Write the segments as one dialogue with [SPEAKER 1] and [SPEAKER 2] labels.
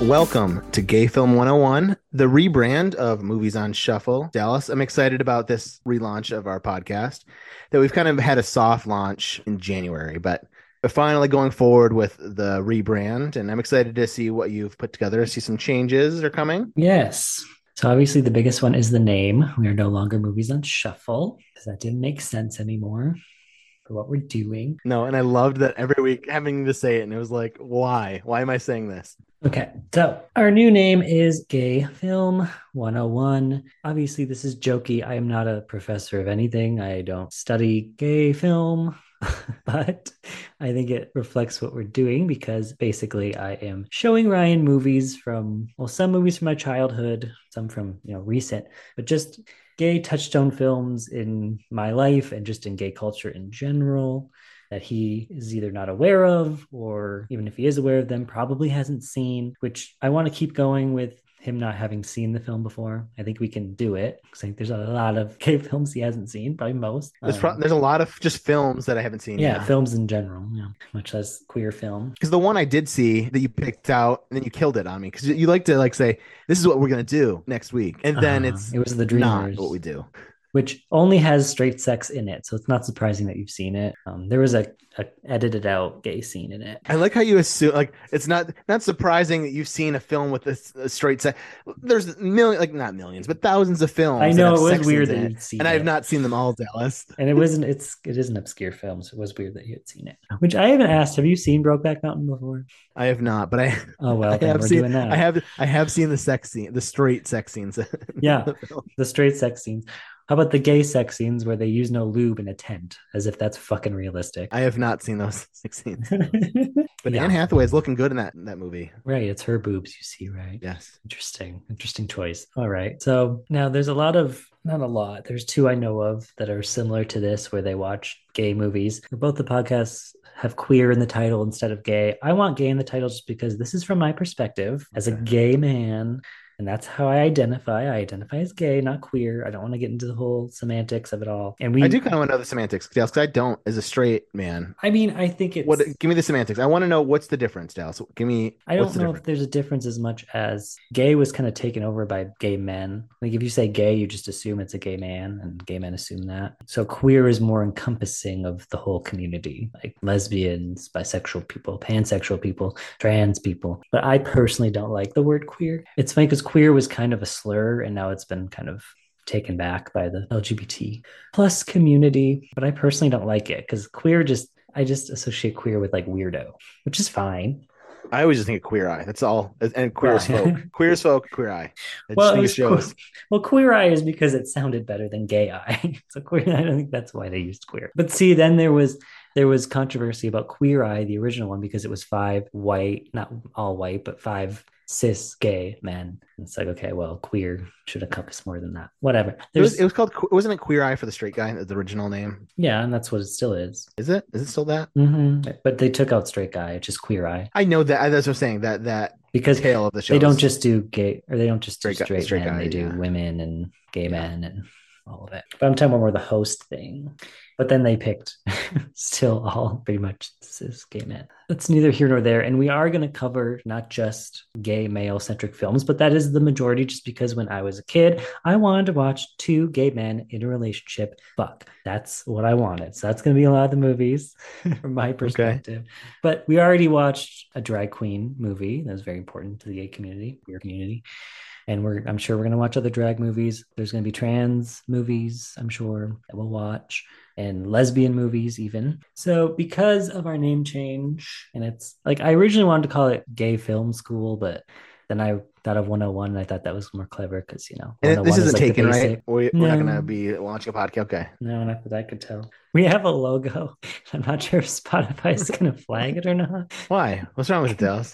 [SPEAKER 1] Welcome to Gay Film 101, the rebrand of Movies on Shuffle. Dallas, I'm excited about this relaunch of our podcast that we've kind of had a soft launch in January, but we're finally going forward with the rebrand. And I'm excited to see what you've put together. I see some changes are coming.
[SPEAKER 2] Yes. So obviously the biggest one is the name. We are no longer movies on shuffle because that didn't make sense anymore for what we're doing.
[SPEAKER 1] No, and I loved that every week having to say it. And it was like, why? Why am I saying this?
[SPEAKER 2] Okay. So our new name is Gay Film 101. Obviously this is jokey. I am not a professor of anything. I don't study gay film. but I think it reflects what we're doing because basically I am showing Ryan movies from, well, some movies from my childhood, some from, you know, recent, but just gay touchstone films in my life and just in gay culture in general that he is either not aware of or even if he is aware of them, probably hasn't seen, which I want to keep going with him not having seen the film before. I think we can do it. 'Cause I think there's a lot of gay films he hasn't seen, probably most.
[SPEAKER 1] There's,
[SPEAKER 2] Um,
[SPEAKER 1] pro- there's a lot of just films that I haven't seen.
[SPEAKER 2] yeah,
[SPEAKER 1] yet.
[SPEAKER 2] films in general, yeah, much less queer film.
[SPEAKER 1] Because the one I did see that you picked out, and then you killed it on me. Because you like to like say, "This is what we're gonna do next week," and then
[SPEAKER 2] Uh,
[SPEAKER 1] it's
[SPEAKER 2] it was the
[SPEAKER 1] not
[SPEAKER 2] Dreamers,
[SPEAKER 1] what we do.
[SPEAKER 2] which only has straight sex in it, so it's not surprising that you've seen it. Um, there was a, a edited out gay scene in it.
[SPEAKER 1] I like how you assume like it's not not surprising that you've seen a film with a, s- a straight sex. There's million like not millions, but thousands of films.
[SPEAKER 2] I
[SPEAKER 1] that
[SPEAKER 2] know
[SPEAKER 1] have
[SPEAKER 2] it was
[SPEAKER 1] Oh, sex scenes
[SPEAKER 2] weird that
[SPEAKER 1] in it,
[SPEAKER 2] you'd seen
[SPEAKER 1] and I
[SPEAKER 2] it.
[SPEAKER 1] have not seen them all, Dallas.
[SPEAKER 2] and it wasn't. It's it is an obscure film, so it was weird that you had seen it.
[SPEAKER 1] Oh.
[SPEAKER 2] Which I haven't asked. Have you seen Brokeback Mountain before?
[SPEAKER 1] I have not, but I
[SPEAKER 2] Oh well,
[SPEAKER 1] I
[SPEAKER 2] then
[SPEAKER 1] have
[SPEAKER 2] we're
[SPEAKER 1] seen
[SPEAKER 2] doing that.
[SPEAKER 1] I have I have seen the sex scene, the straight sex scenes.
[SPEAKER 2] Yeah. the straight sex scenes. How about the gay sex scenes where they use no lube in a tent, as if that's fucking realistic?
[SPEAKER 1] I have not seen those sex scenes.
[SPEAKER 2] right,
[SPEAKER 1] But
[SPEAKER 2] Yeah.
[SPEAKER 1] Anne Hathaway is looking good in that in that movie.
[SPEAKER 2] it's her boobs you see, right?
[SPEAKER 1] Yes.
[SPEAKER 2] Interesting, interesting choice. All right. So now there's a lot of, not a lot, there's two I know of that are similar to this where they watch gay movies. Both the podcasts have queer in the title instead of gay. I want gay in the title just because this is from my perspective as a
[SPEAKER 1] Okay.
[SPEAKER 2] gay man. And that's how I identify. I identify as gay, not queer. I don't want to get into the whole semantics of it all. And we,
[SPEAKER 1] I do kind of want to know the semantics, Dallas, because I don't as a straight man.
[SPEAKER 2] I mean, I think it's.
[SPEAKER 1] What? Give me the semantics. I want to know what's the difference, Dallas. Give me.
[SPEAKER 2] I don't
[SPEAKER 1] what's the
[SPEAKER 2] know if
[SPEAKER 1] difference?
[SPEAKER 2] there's a difference as much as gay was kind of taken over by gay men. Like if you say gay, you just assume it's a gay man, and gay men assume that. So queer is more encompassing of the whole community, like lesbians, bisexual people, pansexual people, trans people. But I personally don't like the word queer. It's funny because queer was kind of a slur, and now it's been kind of taken back by the LGBT plus community. But I personally don't like it because queer just I just associate queer with like weirdo, which is fine.
[SPEAKER 1] I always just think of queer eye. That's all. And queer as
[SPEAKER 2] Right.
[SPEAKER 1] folk. Queer as folk. Queer eye. I just
[SPEAKER 2] Well, it
[SPEAKER 1] think it
[SPEAKER 2] was
[SPEAKER 1] shows.
[SPEAKER 2] Well, queer eye is because it sounded better than gay eye. so queer, I don't think that's why they used queer. But see, then there was there was controversy about queer eye, the original one, because it was five white, not all white, but five cis gay men. And it's like, okay, well, queer should encompass more than that. Whatever.
[SPEAKER 1] It
[SPEAKER 2] There's,
[SPEAKER 1] was, it was called. que- Wasn't it queer eye for the straight guy? The original name.
[SPEAKER 2] yeah, and that's what it still is.
[SPEAKER 1] Is it? Is it still that?
[SPEAKER 2] hmm But they took out straight guy, it's just queer eye,
[SPEAKER 1] I know that. I- That's what I'm saying. That that
[SPEAKER 2] because
[SPEAKER 1] tale of the show.
[SPEAKER 2] they don't just do gay or they don't just do
[SPEAKER 1] Straight guy-
[SPEAKER 2] straight,
[SPEAKER 1] straight
[SPEAKER 2] men.
[SPEAKER 1] guy,
[SPEAKER 2] they do
[SPEAKER 1] yeah.
[SPEAKER 2] women and gay
[SPEAKER 1] Yeah.
[SPEAKER 2] men and all of it. But I'm talking about more the host thing. But then they picked still all pretty much cis gay men. That's neither here nor there. And we are going to cover not just gay male centric films, but that is the majority just because when I was a kid, I wanted to watch two gay men in a relationship. Fuck, that's what I wanted. So that's going to be a lot of the movies from my perspective. But we already watched a drag queen movie that was very important to the gay community, queer community. And we're I'm sure we're gonna watch other drag movies. There's gonna be trans movies, I'm sure, that we'll watch, and lesbian movies even. So because of our name change, and it's like I originally wanted to call it gay film school, but then I thought of 101 and I thought that was more clever because you know
[SPEAKER 1] And this
[SPEAKER 2] 101
[SPEAKER 1] isn't
[SPEAKER 2] like the
[SPEAKER 1] taken,
[SPEAKER 2] basic-
[SPEAKER 1] right? We, We're not
[SPEAKER 2] No.
[SPEAKER 1] going to be launching a podcast. Okay.
[SPEAKER 2] no, not that I could tell. We have a logo. I'm not sure if Spotify is going to flag it or not.
[SPEAKER 1] Why? What's wrong with it, Dallas?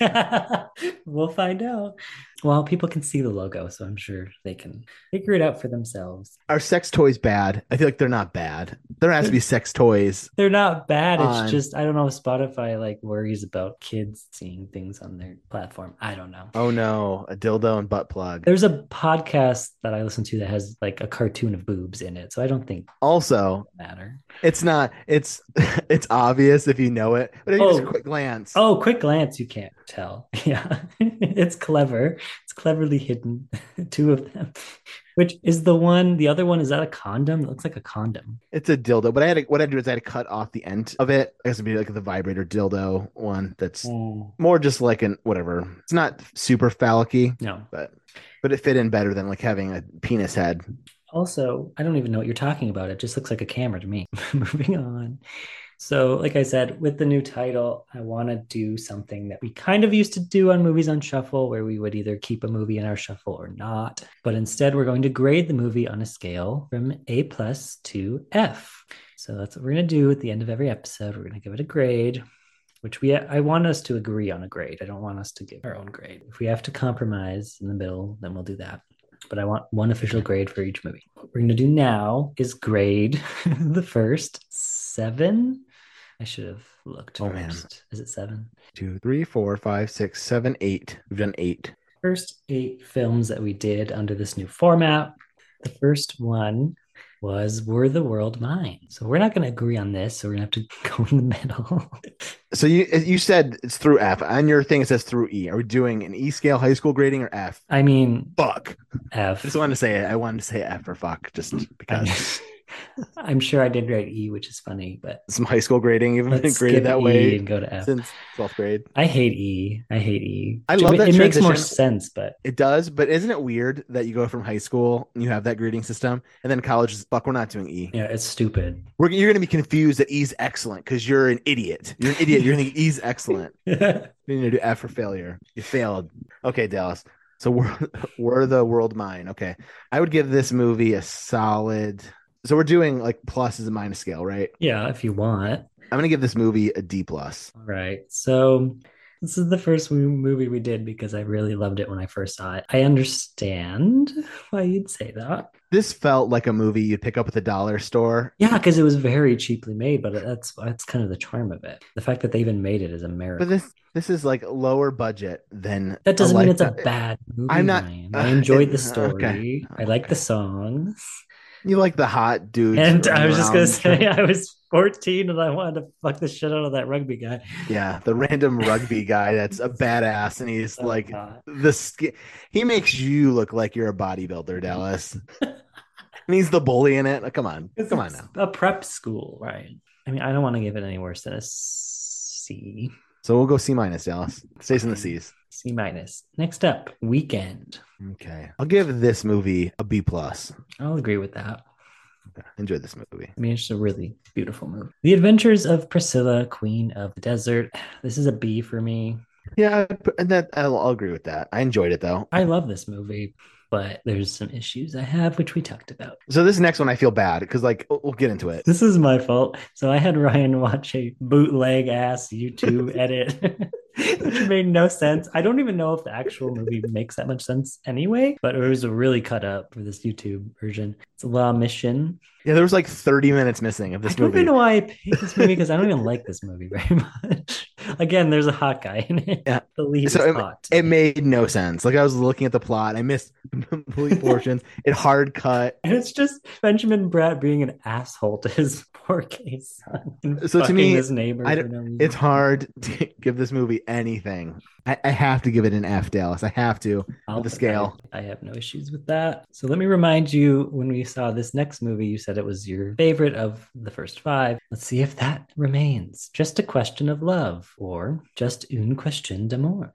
[SPEAKER 2] we'll find out. Well, people can see the logo, so I'm sure they can figure it out for themselves.
[SPEAKER 1] Are sex toys bad? I feel like they're not bad. There has to be sex toys.
[SPEAKER 2] They're not bad. It's
[SPEAKER 1] On-
[SPEAKER 2] just I don't know if Spotify like worries about kids seeing things on their platform. I don't know.
[SPEAKER 1] Oh no, a dildo and butt plug.
[SPEAKER 2] There's a podcast that I listen to that has like a cartoon of boobs in it, so I don't think
[SPEAKER 1] Also,
[SPEAKER 2] it matter.
[SPEAKER 1] it's not it's it's obvious if you know it, but if you just
[SPEAKER 2] Oh.
[SPEAKER 1] quick glance.
[SPEAKER 2] Oh, quick glance, you can't tell. Yeah, it's clever. It's cleverly hidden. Two of them, which is the one. The other one is that a condom? It looks like a condom.
[SPEAKER 1] It's a dildo, but I had to, what I had to do is I had to cut off the end of it. I guess it'd be like the vibrator dildo one that's
[SPEAKER 2] Mm.
[SPEAKER 1] more just like an whatever. It's not super phallic
[SPEAKER 2] No.
[SPEAKER 1] but it fit in better than like having a penis head.
[SPEAKER 2] Also, I don't even know what you're talking about. It just looks like a camera to me. Moving on. So, like I said, with the new title, I want to do something that we kind of used to do on Movies on Shuffle, where we would either keep a movie in our shuffle or not. But instead, we're going to grade the movie on a scale from A plus to F. So, that's what we're going to do at the end of every episode. We're going to give it a grade, which we I want us to agree on a grade. I don't want us to give our own grade. If we have to compromise in the middle, then we'll do that but I want one official grade for each movie. What we're going to do now is grade the first seven. I should have looked
[SPEAKER 1] Oh, man.
[SPEAKER 2] first. Is it seven?
[SPEAKER 1] Two, three, four, five, six, seven, eight. We've done eight.
[SPEAKER 2] First eight films that we did under this new format. The first one was Were the World Mine? So we're not going to agree on this. So we're going to have to go in the middle.
[SPEAKER 1] So you you said it's through F. On your thing it says through E. Are we doing an E scale high school grading or F?
[SPEAKER 2] I mean,
[SPEAKER 1] Fuck. I
[SPEAKER 2] F.
[SPEAKER 1] just wanted to say it. I wanted to say F for fuck just because
[SPEAKER 2] I'm sure I did grade E, which is funny, but
[SPEAKER 1] some high school grading even been
[SPEAKER 2] let's
[SPEAKER 1] graded
[SPEAKER 2] skip
[SPEAKER 1] that
[SPEAKER 2] E
[SPEAKER 1] way
[SPEAKER 2] and go to F.
[SPEAKER 1] since 12th grade.
[SPEAKER 2] I hate E. I hate E.
[SPEAKER 1] I love
[SPEAKER 2] it,
[SPEAKER 1] that
[SPEAKER 2] It makes more
[SPEAKER 1] transition.
[SPEAKER 2] sense, but
[SPEAKER 1] It does, but isn't it weird that you go from high school and you have that grading system and then college is fuck, we're not doing E.
[SPEAKER 2] yeah, it's stupid.
[SPEAKER 1] We're, you're going to be confused that E's excellent because you're an idiot. You're an idiot. You're going to think E's excellent.
[SPEAKER 2] yeah,
[SPEAKER 1] You need to do F for failure. You failed. Okay, Dallas. So we're, we're the world mine. Okay. I would give this movie a solid. So we're doing like pluses and minus scale, right?
[SPEAKER 2] if you want.
[SPEAKER 1] I'm going to give this movie a D plus.
[SPEAKER 2] All right. So this is the first mo- movie we did because I really loved it when I first saw it. I understand why you'd say that.
[SPEAKER 1] This felt like a movie you'd pick up at the dollar store.
[SPEAKER 2] Yeah, because it was very cheaply made, but that's that's kind of the charm of it. The fact that they even made it is a miracle.
[SPEAKER 1] But this this is like lower budget than
[SPEAKER 2] that doesn't
[SPEAKER 1] a
[SPEAKER 2] mean it's a
[SPEAKER 1] lifetime-
[SPEAKER 2] bad movie.
[SPEAKER 1] I'm not-
[SPEAKER 2] Ryan. I
[SPEAKER 1] uh,
[SPEAKER 2] enjoyed the
[SPEAKER 1] it- uh,
[SPEAKER 2] story.
[SPEAKER 1] okay.
[SPEAKER 2] I like
[SPEAKER 1] Okay.
[SPEAKER 2] the songs.
[SPEAKER 1] You like the hot dudes.
[SPEAKER 2] And I was just gonna
[SPEAKER 1] running
[SPEAKER 2] say, I was 14 and I wanted to fuck the shit out of that rugby guy.
[SPEAKER 1] around. yeah, the random rugby guy that's a badass, and he's
[SPEAKER 2] So
[SPEAKER 1] like
[SPEAKER 2] hot.
[SPEAKER 1] the skin. He makes you look like you're a bodybuilder, Dallas. and he's the bully in it. Like, come on,
[SPEAKER 2] It's
[SPEAKER 1] come on now.
[SPEAKER 2] A prep school, right? I mean, I don't want to give it any worse than a C,
[SPEAKER 1] So we'll go C minus, Dallas. Stays in the C's.
[SPEAKER 2] C minus. Next up, Weekend.
[SPEAKER 1] Okay, I'll give this movie a B plus.
[SPEAKER 2] I'll agree with that.
[SPEAKER 1] Enjoy this movie.
[SPEAKER 2] I mean, it's a really beautiful movie. The Adventures of Priscilla, Queen of the Desert. This is a B for me.
[SPEAKER 1] Yeah, and that I'll, I'll agree with that. I enjoyed it though.
[SPEAKER 2] I love this movie, but there's some issues I have, which we talked about.
[SPEAKER 1] So this next one, I feel bad because like we'll we'll get into it.
[SPEAKER 2] This is my fault. So I had Ryan watch a bootleg ass YouTube edit, which made no sense. I don't even know if the actual movie makes that much sense anyway, but it was really cut up for this YouTube version. It's La Mission.
[SPEAKER 1] Yeah, there was like 30 minutes missing of
[SPEAKER 2] I
[SPEAKER 1] this
[SPEAKER 2] don't
[SPEAKER 1] movie.
[SPEAKER 2] even know why I picked this movie because I don't even like this movie very much. Again, there's a hot guy in it.
[SPEAKER 1] Yeah.
[SPEAKER 2] The lead
[SPEAKER 1] So
[SPEAKER 2] is hot.
[SPEAKER 1] it made no sense. Like I was looking at the plot, I missed complete portions. it hard cut.
[SPEAKER 2] and it's just Benjamin Bratt being an asshole to his poor gay son. and
[SPEAKER 1] So to
[SPEAKER 2] fucking
[SPEAKER 1] me,
[SPEAKER 2] his neighbor,
[SPEAKER 1] I
[SPEAKER 2] for
[SPEAKER 1] don't-
[SPEAKER 2] no reason.
[SPEAKER 1] It's hard to give this movie anything. I, I have to give it an F, Dallas. I have to.
[SPEAKER 2] I'll-
[SPEAKER 1] the scale.
[SPEAKER 2] I, I have no issues with that. So let me remind you when we saw this next movie, you said it was your favorite of the first five. Let's see if that remains. Just a question of love or just une question d'amour.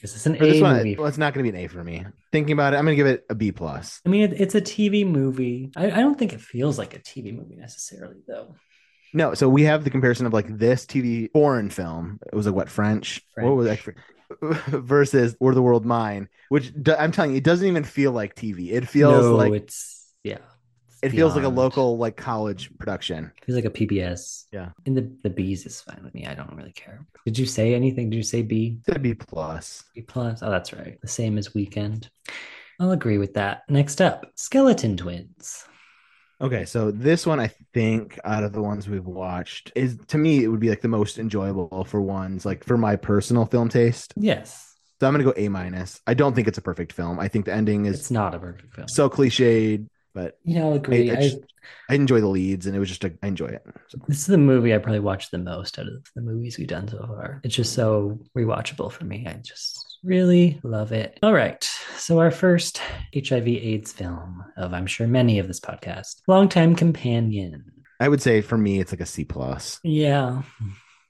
[SPEAKER 2] Is this an
[SPEAKER 1] For this
[SPEAKER 2] A
[SPEAKER 1] one,
[SPEAKER 2] movie?
[SPEAKER 1] well, it's not going to be an A for me. Thinking about it, I'm going to give it a B plus.
[SPEAKER 2] I mean, it, it's a TV movie. I, I don't think it feels like a TV movie necessarily, though.
[SPEAKER 1] No, so we have the comparison of like this TV foreign film. It was like what French? What was that? Versus "Or the World Mine," which do- I'm telling you, it doesn't even feel like TV. It feels
[SPEAKER 2] no,
[SPEAKER 1] like
[SPEAKER 2] it's yeah. it's
[SPEAKER 1] it feels like a
[SPEAKER 2] beyond.
[SPEAKER 1] local like college production.
[SPEAKER 2] It feels like a PBS.
[SPEAKER 1] Yeah.
[SPEAKER 2] And the the B's is fine with me. I don't really care. Did you say anything? Did you say B?
[SPEAKER 1] It's a B plus.
[SPEAKER 2] B plus. Oh, that's right. The same as weekend. I'll agree with that. Next up, Skeleton Twins.
[SPEAKER 1] Okay, so this one I think out of the ones we've watched is to me it would be like the most enjoyable for ones like for my personal film taste.
[SPEAKER 2] Yes.
[SPEAKER 1] So I'm gonna go A minus. I don't think it's a perfect film. I think the ending is
[SPEAKER 2] It's not a perfect film.
[SPEAKER 1] so cliched, but
[SPEAKER 2] you know, I'll agree.
[SPEAKER 1] I-
[SPEAKER 2] I,
[SPEAKER 1] I just- I enjoy the leads, and it was just a, I enjoy it. So
[SPEAKER 2] this is the movie I probably watched the most out of the movies we've done so far. It's just so rewatchable for me. I just really love it. All right. So, our first HIV AIDS film of, I'm sure, many of this podcast, Longtime Companion.
[SPEAKER 1] I would say for me, it's like a C plus.
[SPEAKER 2] Yeah.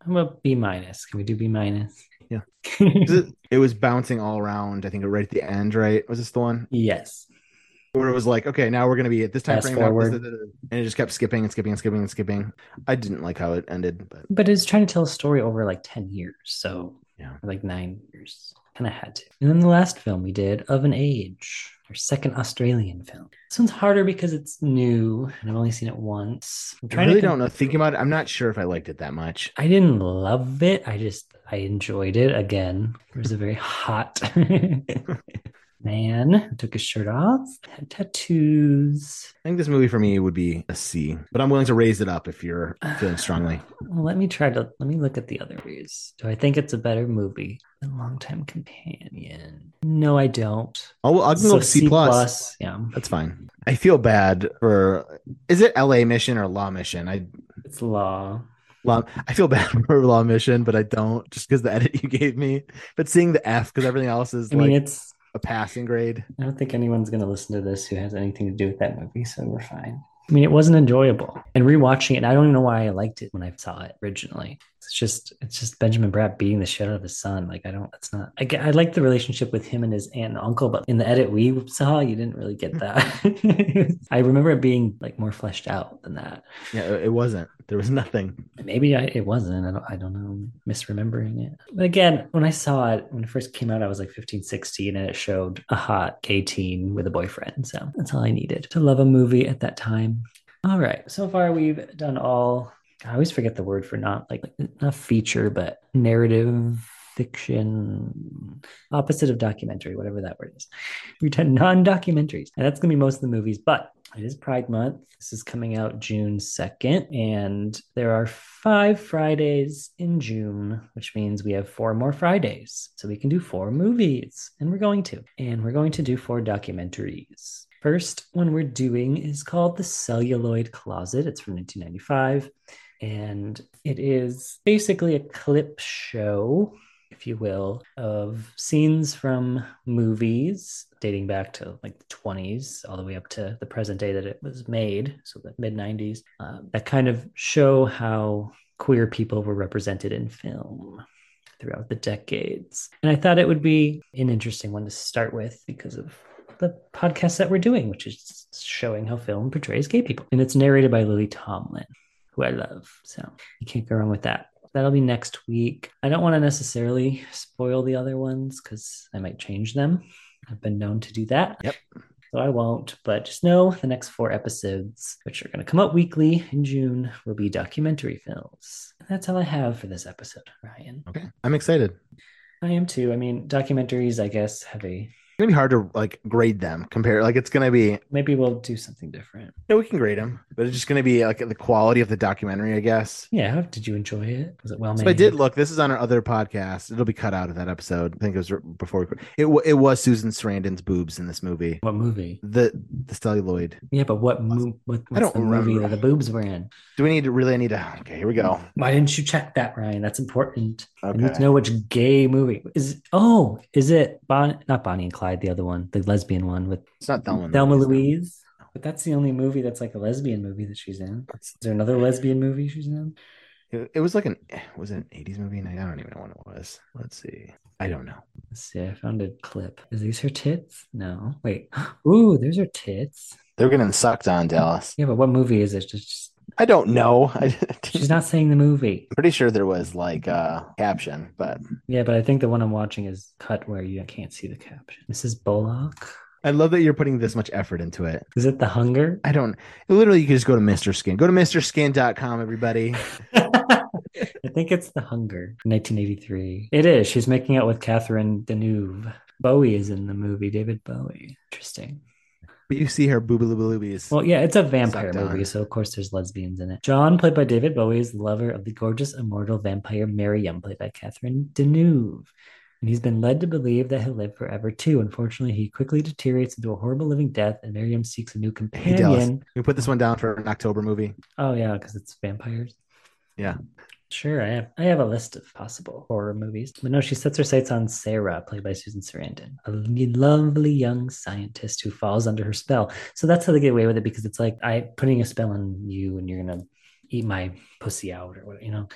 [SPEAKER 2] I'm a B minus. Can we do B minus?
[SPEAKER 1] Yeah.
[SPEAKER 2] Yeah.
[SPEAKER 1] 'Cause It, it was bouncing all around. I think right at the end, right? Was this the one
[SPEAKER 2] yes.
[SPEAKER 1] where it was like, okay, now we're gonna be at this time
[SPEAKER 2] Fast
[SPEAKER 1] frame, now this-
[SPEAKER 2] forward.
[SPEAKER 1] da- da- da- and it just kept skipping and skipping and skipping and skipping. I didn't like how it ended, but
[SPEAKER 2] But it's trying to tell a story over like 10 years. So,
[SPEAKER 1] Yeah.
[SPEAKER 2] or, like nine years. Kind of had to. And then the last film we did, Of an Age, our second Australian film. This one's harder because it's new and I've only seen it once. I'm
[SPEAKER 1] I
[SPEAKER 2] trying
[SPEAKER 1] really
[SPEAKER 2] to
[SPEAKER 1] don't know. Thinking about it, I'm not sure if I liked it that much.
[SPEAKER 2] I didn't love it. I just I enjoyed it. Again, there was a very hot man who took his shirt off, had tattoos.
[SPEAKER 1] I think this movie for me would be a C, but I'm willing to raise it up if you're feeling strongly.
[SPEAKER 2] Well, let me try to let me look at the other reviews. Do I think it's a better movie than Longtime Companion? No, I don't.
[SPEAKER 1] I'll, I'll go
[SPEAKER 2] So
[SPEAKER 1] with C plus.
[SPEAKER 2] Yeah,
[SPEAKER 1] That's fine. I feel bad for is it LA Mission or Law Mission? I
[SPEAKER 2] it's law.
[SPEAKER 1] Law, I feel bad for Law Mission, but I don't just because the edit you gave me. But seeing the F because everything else is
[SPEAKER 2] I
[SPEAKER 1] like
[SPEAKER 2] mean, it's.
[SPEAKER 1] a passing grade.
[SPEAKER 2] I don't think anyone's going to listen to this who has anything to do with that movie, so we're fine. I mean, it wasn't enjoyable, and rewatching it, I don't even know why I liked it when I saw it originally. It's just, it's just Benjamin Bratt beating the shit out of his son. Like, I don't. That's not. I, get- I like the relationship with him and his aunt and uncle, but in the edit we saw, you didn't really get that. I remember it being like more fleshed out than that.
[SPEAKER 1] Yeah, it it wasn't. There was nothing.
[SPEAKER 2] Maybe I, it wasn't. I don't, I don't know. Misremembering it. But again, when I saw it, when it first came out, I was like 15, 16, and it showed a hot gay teen with a boyfriend. So that's all I needed to love a movie at that time. All right. So far, we've done all, I always forget the word for not like, not feature, but narrative fiction, opposite of documentary, whatever that word is. We've done non documentaries, and that's going to be most of the movies, but it is Pride Month. This is coming out June 2nd, and there are five Fridays in June, which means we have four more Fridays. So we can do four movies, and we're going to. And we're going to do four documentaries. First one we're doing is called The Celluloid Closet. It's from 1995, and it is basically a clip show if you will, of scenes from movies dating back to like the 20s, all the way up to the present day that it was made, so the mid 90s, uh, that kind of show how queer people were represented in film throughout the decades. And I thought it would be an interesting one to start with because of the podcast that we're doing, which is showing how film portrays gay people. And it's narrated by Lily Tomlin, who I love. So you can't go wrong with that. That'll be next week. I don't want to necessarily spoil the other ones because I might change them. I've been known to do that.
[SPEAKER 1] Yep.
[SPEAKER 2] So I won't, but just know the next four episodes, which are going to come up weekly in June, will be documentary films. That's all I have for this episode, Ryan.
[SPEAKER 1] Okay, I'm excited. It's
[SPEAKER 2] I am too. I mean, documentaries, I guess, have a
[SPEAKER 1] gonna be hard to like grade them compare. Like it's gonna be.
[SPEAKER 2] maybe we'll do something different.
[SPEAKER 1] Yeah, we can grade them, but it's just gonna be like the quality of the documentary, I guess.
[SPEAKER 2] Yeah. how- Did you enjoy it? Was it well made?
[SPEAKER 1] So I did look. This is on our other podcast. It'll be cut out of that episode. I think it was before. We, it wa- it was Susan Sarandon's boobs in this movie.
[SPEAKER 2] What movie?
[SPEAKER 1] The the celluloid.
[SPEAKER 2] Yeah, but what, mo- what what's
[SPEAKER 1] don't
[SPEAKER 2] the movie
[SPEAKER 1] remember.
[SPEAKER 2] that the boobs were in?
[SPEAKER 1] Do we need to really? I need to. Okay, here we go.
[SPEAKER 2] Why didn't you check that, Ryan? That's important. I need
[SPEAKER 1] Okay.
[SPEAKER 2] to know which gay movie is. Oh, is it Bon? Not Bonnie and Clyde, the other one, the lesbian one with
[SPEAKER 1] It's not Thelma. and
[SPEAKER 2] Thelma
[SPEAKER 1] Louise, no.
[SPEAKER 2] Louise. But that's the only movie that's like a lesbian movie that she's in. Is there another lesbian movie she's in?
[SPEAKER 1] It, it was like an was it an eighties movie? I don't even know when it was. Let's see. I don't know.
[SPEAKER 2] Let's see. I found a clip. Is these her tits? No. Wait. Ooh, there's her tits.
[SPEAKER 1] They're getting sucked on, Dallas.
[SPEAKER 2] Yeah, but what movie is it? It's just-
[SPEAKER 1] I don't know. I,
[SPEAKER 2] she's not saying the movie.
[SPEAKER 1] am pretty sure there was like a caption, but
[SPEAKER 2] Yeah, but I think the one I'm watching is cut where you can't see the caption. Mrs. Bullock.
[SPEAKER 1] I love that you're putting this much effort into it.
[SPEAKER 2] Is it The Hunger?
[SPEAKER 1] I don't literally you can just go to Mr. Skin. Go to MrSkin.com, everybody.
[SPEAKER 2] I think it's The Hunger, 1983. It is. She's making out with Catherine Deneuve. Bowie is in the movie, David Bowie. Interesting.
[SPEAKER 1] But you see her boobaloo
[SPEAKER 2] Well, yeah, it's a vampire
[SPEAKER 1] Sucked on.
[SPEAKER 2] movie, so of course there's lesbians in it. John, played by David Bowie, is the lover of the gorgeous immortal vampire Miriam, played by Catherine Deneuve. and he's been led to believe that he'll live forever too. Unfortunately, he quickly deteriorates into a horrible living death, and Miriam seeks a new
[SPEAKER 1] Hey, Dallas,
[SPEAKER 2] companion.
[SPEAKER 1] can we put this one down for an October movie?
[SPEAKER 2] oh yeah, because it's vampires.
[SPEAKER 1] Yeah.
[SPEAKER 2] Sure, I have I have a list of possible horror movies. But no, she sets her sights on Sarah, played by Susan Sarandon, a lovely young scientist who falls under her spell. So that's how they get away with it because it's like I putting a spell on you and you're gonna eat my pussy out or what you know.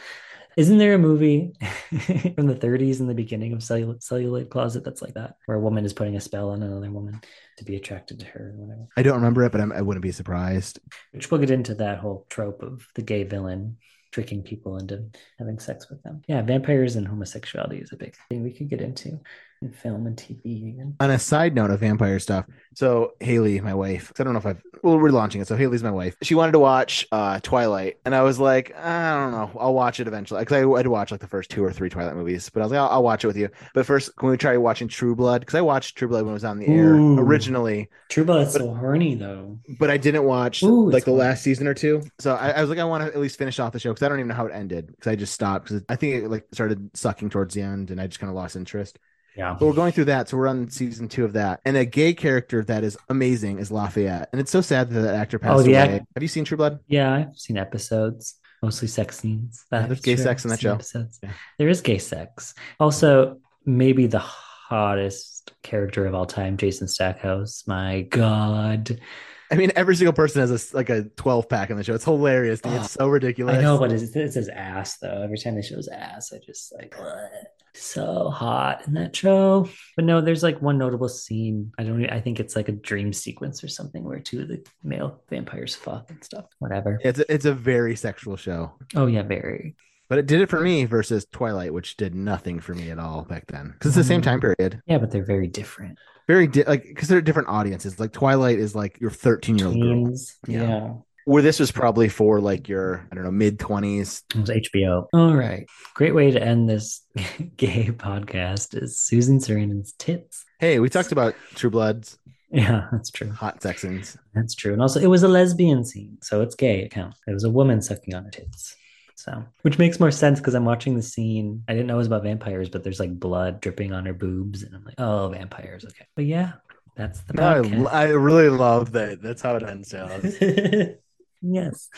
[SPEAKER 2] Isn't there a movie from the 30s in the beginning of Cellul- Celluloid Closet that's like that, where a woman is putting a spell on another woman to be attracted to her or whatever?
[SPEAKER 1] I don't remember it, but I'm, I wouldn't be surprised.
[SPEAKER 2] Which we'll get into that whole trope of the gay villain tricking people into having sex with them. Yeah, vampires and homosexuality is a big thing we could get into in film and TV even.
[SPEAKER 1] on a side note of vampire stuff so haley my wife 'cause i don't know if i've well we're launching it so haley's my wife she wanted to watch uh twilight and i was like "Uh, i don't know i'll watch it eventually because I, i'd watch like the first two or three twilight movies but i was like i'll, I'll watch it with you but first can we try watching true blood because i watched true blood when it was on the air
[SPEAKER 2] Ooh.
[SPEAKER 1] originally
[SPEAKER 2] True Blood's so horny though.
[SPEAKER 1] but i didn't watch
[SPEAKER 2] Ooh, it's
[SPEAKER 1] like the
[SPEAKER 2] horny.
[SPEAKER 1] last season or two so i, I was like i want to at least finish off the show because i don't even know how it ended because i just stopped because i think it like started sucking towards the end and i just kind of lost interest
[SPEAKER 2] Yeah.
[SPEAKER 1] but we're going through that, so we're on season two of that. And a gay character that is amazing is Lafayette, and it's so sad that that actor passed
[SPEAKER 2] Oh, the
[SPEAKER 1] away.
[SPEAKER 2] act-
[SPEAKER 1] Have you seen True Blood?
[SPEAKER 2] Yeah, I've seen episodes, mostly sex scenes.
[SPEAKER 1] Yeah, there's gay
[SPEAKER 2] That's
[SPEAKER 1] sex in
[SPEAKER 2] I've
[SPEAKER 1] that
[SPEAKER 2] seen
[SPEAKER 1] show.
[SPEAKER 2] episodes.
[SPEAKER 1] Yeah.
[SPEAKER 2] There is gay sex. Also, maybe the hottest character of all time, Jason Stackhouse. My God.
[SPEAKER 1] I mean, every single person has a s like a twelve pack in the show. It's hilarious. dude.
[SPEAKER 2] Oh,
[SPEAKER 1] it's so ridiculous.
[SPEAKER 2] I know, but it's, it's his ass though. Every time they show his ass, I just like "Ugh." so hot in that show. But no, there's like one notable scene. I don't. e, I think it's like a dream sequence or something where two of the male vampires fuck and stuff. Whatever.
[SPEAKER 1] It's a, it's a very sexual show,
[SPEAKER 2] Oh yeah, very.
[SPEAKER 1] but it did it for me versus Twilight, which did nothing for me at all back then because it's the same
[SPEAKER 2] Mm.
[SPEAKER 1] time period.
[SPEAKER 2] Yeah, but they're very different.
[SPEAKER 1] Very di- like because they're different audiences. Like Twilight is like your thirteen year old girl,
[SPEAKER 2] Teens.
[SPEAKER 1] Yeah.
[SPEAKER 2] yeah.
[SPEAKER 1] where this was probably for like your I don't know mid twenties.
[SPEAKER 2] It was HBO. All right. Great way to end this gay podcast is Susan Sarandon's tits.
[SPEAKER 1] Hey, we talked about True Bloods,
[SPEAKER 2] Yeah, that's true.
[SPEAKER 1] hot Texans.
[SPEAKER 2] That's true. And also, it was a lesbian scene. So it's gay. It counts. It was a woman sucking on her tits. So, which makes more sense because I'm watching the scene. I didn't know it was about vampires, but there's like blood dripping on her boobs. And I'm like, oh, vampires. Okay. But yeah, that's the
[SPEAKER 1] No, I,
[SPEAKER 2] podcast.
[SPEAKER 1] I really love that. That's how it ends. Dallas.
[SPEAKER 2] yes.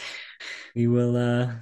[SPEAKER 2] We will uh,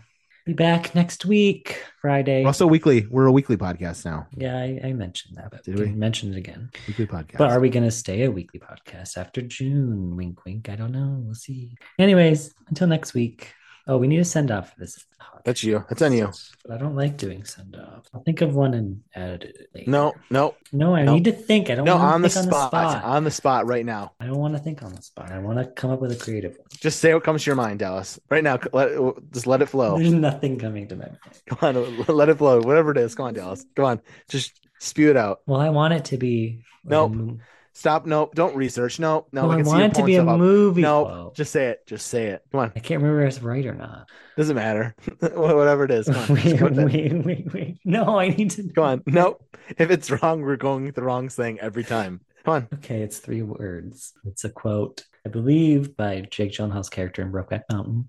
[SPEAKER 2] be back next week, Friday.
[SPEAKER 1] We're also weekly. We're a weekly podcast now.
[SPEAKER 2] Yeah, I, I mentioned that, but
[SPEAKER 1] Did
[SPEAKER 2] we
[SPEAKER 1] we?
[SPEAKER 2] can mention it again.
[SPEAKER 1] Weekly podcast.
[SPEAKER 2] But are we going to stay a weekly podcast after June? Wink, wink. I don't know. We'll see. Anyways, until next week. Oh, we need a send off for this.
[SPEAKER 1] That's you. That's on you.
[SPEAKER 2] But I don't like doing send offs. I'll think of one and edit it. later.
[SPEAKER 1] No, no,
[SPEAKER 2] no, I
[SPEAKER 1] no.
[SPEAKER 2] need to think. I don't
[SPEAKER 1] no. On
[SPEAKER 2] want
[SPEAKER 1] the,
[SPEAKER 2] to think
[SPEAKER 1] spot,
[SPEAKER 2] on the spot.
[SPEAKER 1] On the spot right now.
[SPEAKER 2] I don't want to think on the spot. I want to come up with a creative one.
[SPEAKER 1] Just say what comes to your mind, Dallas. Right now. Let just let it flow.
[SPEAKER 2] There's nothing coming to my mind.
[SPEAKER 1] Come on, let it flow. Whatever it is. Come on, Dallas. Come on. Just spew it out.
[SPEAKER 2] Well, I want it to be. like a
[SPEAKER 1] Nope.
[SPEAKER 2] mo-
[SPEAKER 1] Stop. Nope. Don't research. No, no.
[SPEAKER 2] well, Oh, I
[SPEAKER 1] can see
[SPEAKER 2] want
[SPEAKER 1] you're
[SPEAKER 2] it to
[SPEAKER 1] pulling
[SPEAKER 2] be a
[SPEAKER 1] stuff up.
[SPEAKER 2] movie.
[SPEAKER 1] No,
[SPEAKER 2] quote.
[SPEAKER 1] just say it. Just say it. Come on.
[SPEAKER 2] I can't remember if it's right or not.
[SPEAKER 1] Doesn't matter. Whatever it is. Come on. Just
[SPEAKER 2] wait,
[SPEAKER 1] go with it.
[SPEAKER 2] wait, wait, wait. No, I need to.
[SPEAKER 1] Come on. Nope. If it's wrong, we're going with the wrong thing every time. Come on.
[SPEAKER 2] Okay, it's three words. It's a quote, I believe, by Jake Gyllenhaal's character in Brokeback Mountain,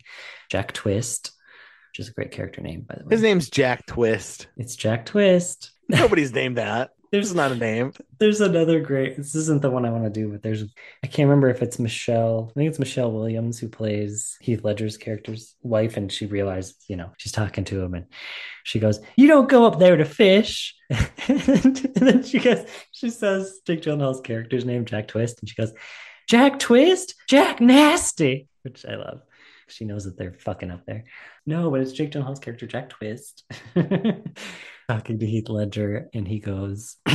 [SPEAKER 2] Jack Twist, which is a great character name, by the way.
[SPEAKER 1] His name's Jack Twist.
[SPEAKER 2] It's Jack Twist.
[SPEAKER 1] Nobody's named that. There's
[SPEAKER 2] There's
[SPEAKER 1] not a name.
[SPEAKER 2] there's another great. This isn't the one I want to do, but there's I can't remember if it's Michelle. I think it's Michelle Williams who plays Heath Ledger's character's wife, and she realizes, you know, she's talking to him, and she goes, "You don't go up there to fish." and then she goes, she says Jake Gyllenhaal's character's name, Jack Twist, and she goes, "Jack Twist, Jack Nasty," which I love. She knows that they're fucking up there. No, but it's Jake Gyllenhaal's character, Jack Twist, talking to Heath Ledger, and he goes.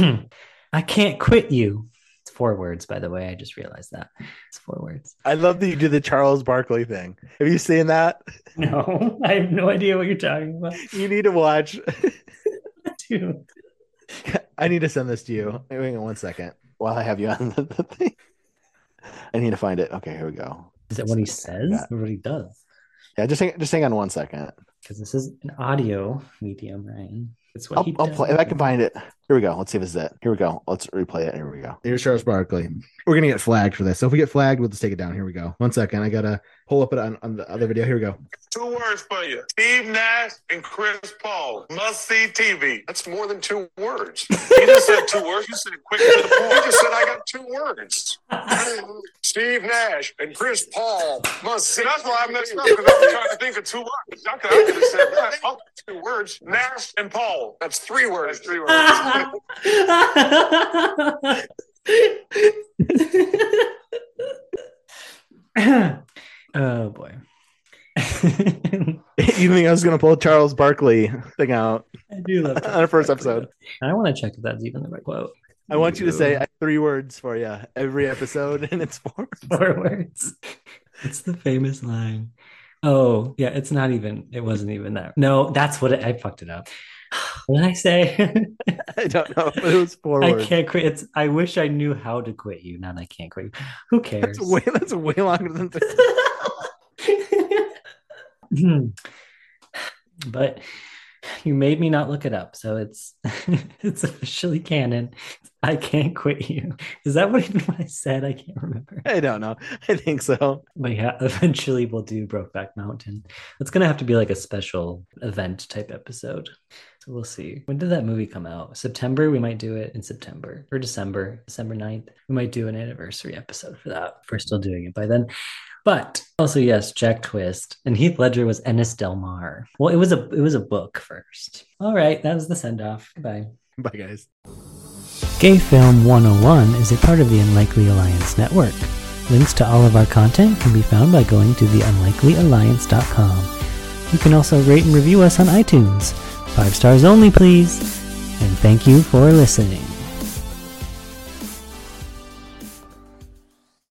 [SPEAKER 2] I can't quit you. It's four words, by the way. I just realized that. It's four words.
[SPEAKER 1] I love that you did the Charles Barkley thing. Have you seen that?
[SPEAKER 2] No, I have no idea what you're talking about.
[SPEAKER 1] You need to watch.
[SPEAKER 2] Dude.
[SPEAKER 1] I need to send this to you. Wait, Hang on one second while I have you on the, the thing. I need to find it. Okay, here we go.
[SPEAKER 2] Is it what he says or what he does?
[SPEAKER 1] Yeah, just hang, just hang on one second.
[SPEAKER 2] Because this is an audio medium, Ryan. It's what
[SPEAKER 1] I'll,
[SPEAKER 2] he
[SPEAKER 1] I'll
[SPEAKER 2] does.
[SPEAKER 1] play if I can find it. Here we go. Let's see if it's that. Here we go. Let's replay it. Here we go. Here's Charles Barkley. We're gonna get flagged for this. So if we get flagged, we'll just take it down. Here we go. One second. I gotta pull up it on, on the other video. Here we go.
[SPEAKER 3] Two words for you Steve Nash and Chris Paul. Must see TV.
[SPEAKER 4] That's more than two words.
[SPEAKER 3] You just said two words. You said it quick to the
[SPEAKER 4] You
[SPEAKER 3] point.
[SPEAKER 4] just said I got two words.
[SPEAKER 3] Steve Nash and
[SPEAKER 4] Chris Paul must
[SPEAKER 3] See,
[SPEAKER 4] see.
[SPEAKER 3] that's why I messed up because I was trying to think of two words. I could, I could have said that. Fuck two words. Nash and Paul.
[SPEAKER 4] That's three
[SPEAKER 3] That's
[SPEAKER 4] words.
[SPEAKER 3] three words.
[SPEAKER 2] oh boy.
[SPEAKER 1] you think I was gonna pull Charles Barkley thing out
[SPEAKER 2] I do love
[SPEAKER 1] on our first episode?
[SPEAKER 2] I want to check if that's even the right quote.
[SPEAKER 1] I want you to say I have three words for you every episode, and it's four.
[SPEAKER 2] Four words. It's the famous line. Oh, yeah, it's not even, it wasn't even that. No, that's what it, I fucked it up. What did I say?
[SPEAKER 1] I don't know, but it was four
[SPEAKER 2] I
[SPEAKER 1] words.
[SPEAKER 2] can't quit. It's, I wish I knew how to quit you. Not I can't quit you. Who cares?
[SPEAKER 1] That's way that's way longer than three.
[SPEAKER 2] but you made me not look it up, so it's it's officially canon. I can't quit you. Is that what even I said? I can't remember.
[SPEAKER 1] I don't know. I think so.
[SPEAKER 2] But yeah, eventually we'll do Brokeback Mountain. It's gonna have to be like a special event type episode. So we'll see. When did that movie come out? September? We might do it in September or December, December 9th. We might do an anniversary episode for that. If we're still doing it by then. But also, yes, Jack Twist and Heath Ledger was Ennis Del Mar. Well, it was a it was a book first. All right, that was the send off. Bye.
[SPEAKER 1] Bye guys.
[SPEAKER 2] Gay Film 101 is a part of the Unlikely Alliance Network. Links to all of our content can be found by going to theunlikelyalliance.com. You can also rate and review us on iTunes. Five stars only, please. And thank you for listening.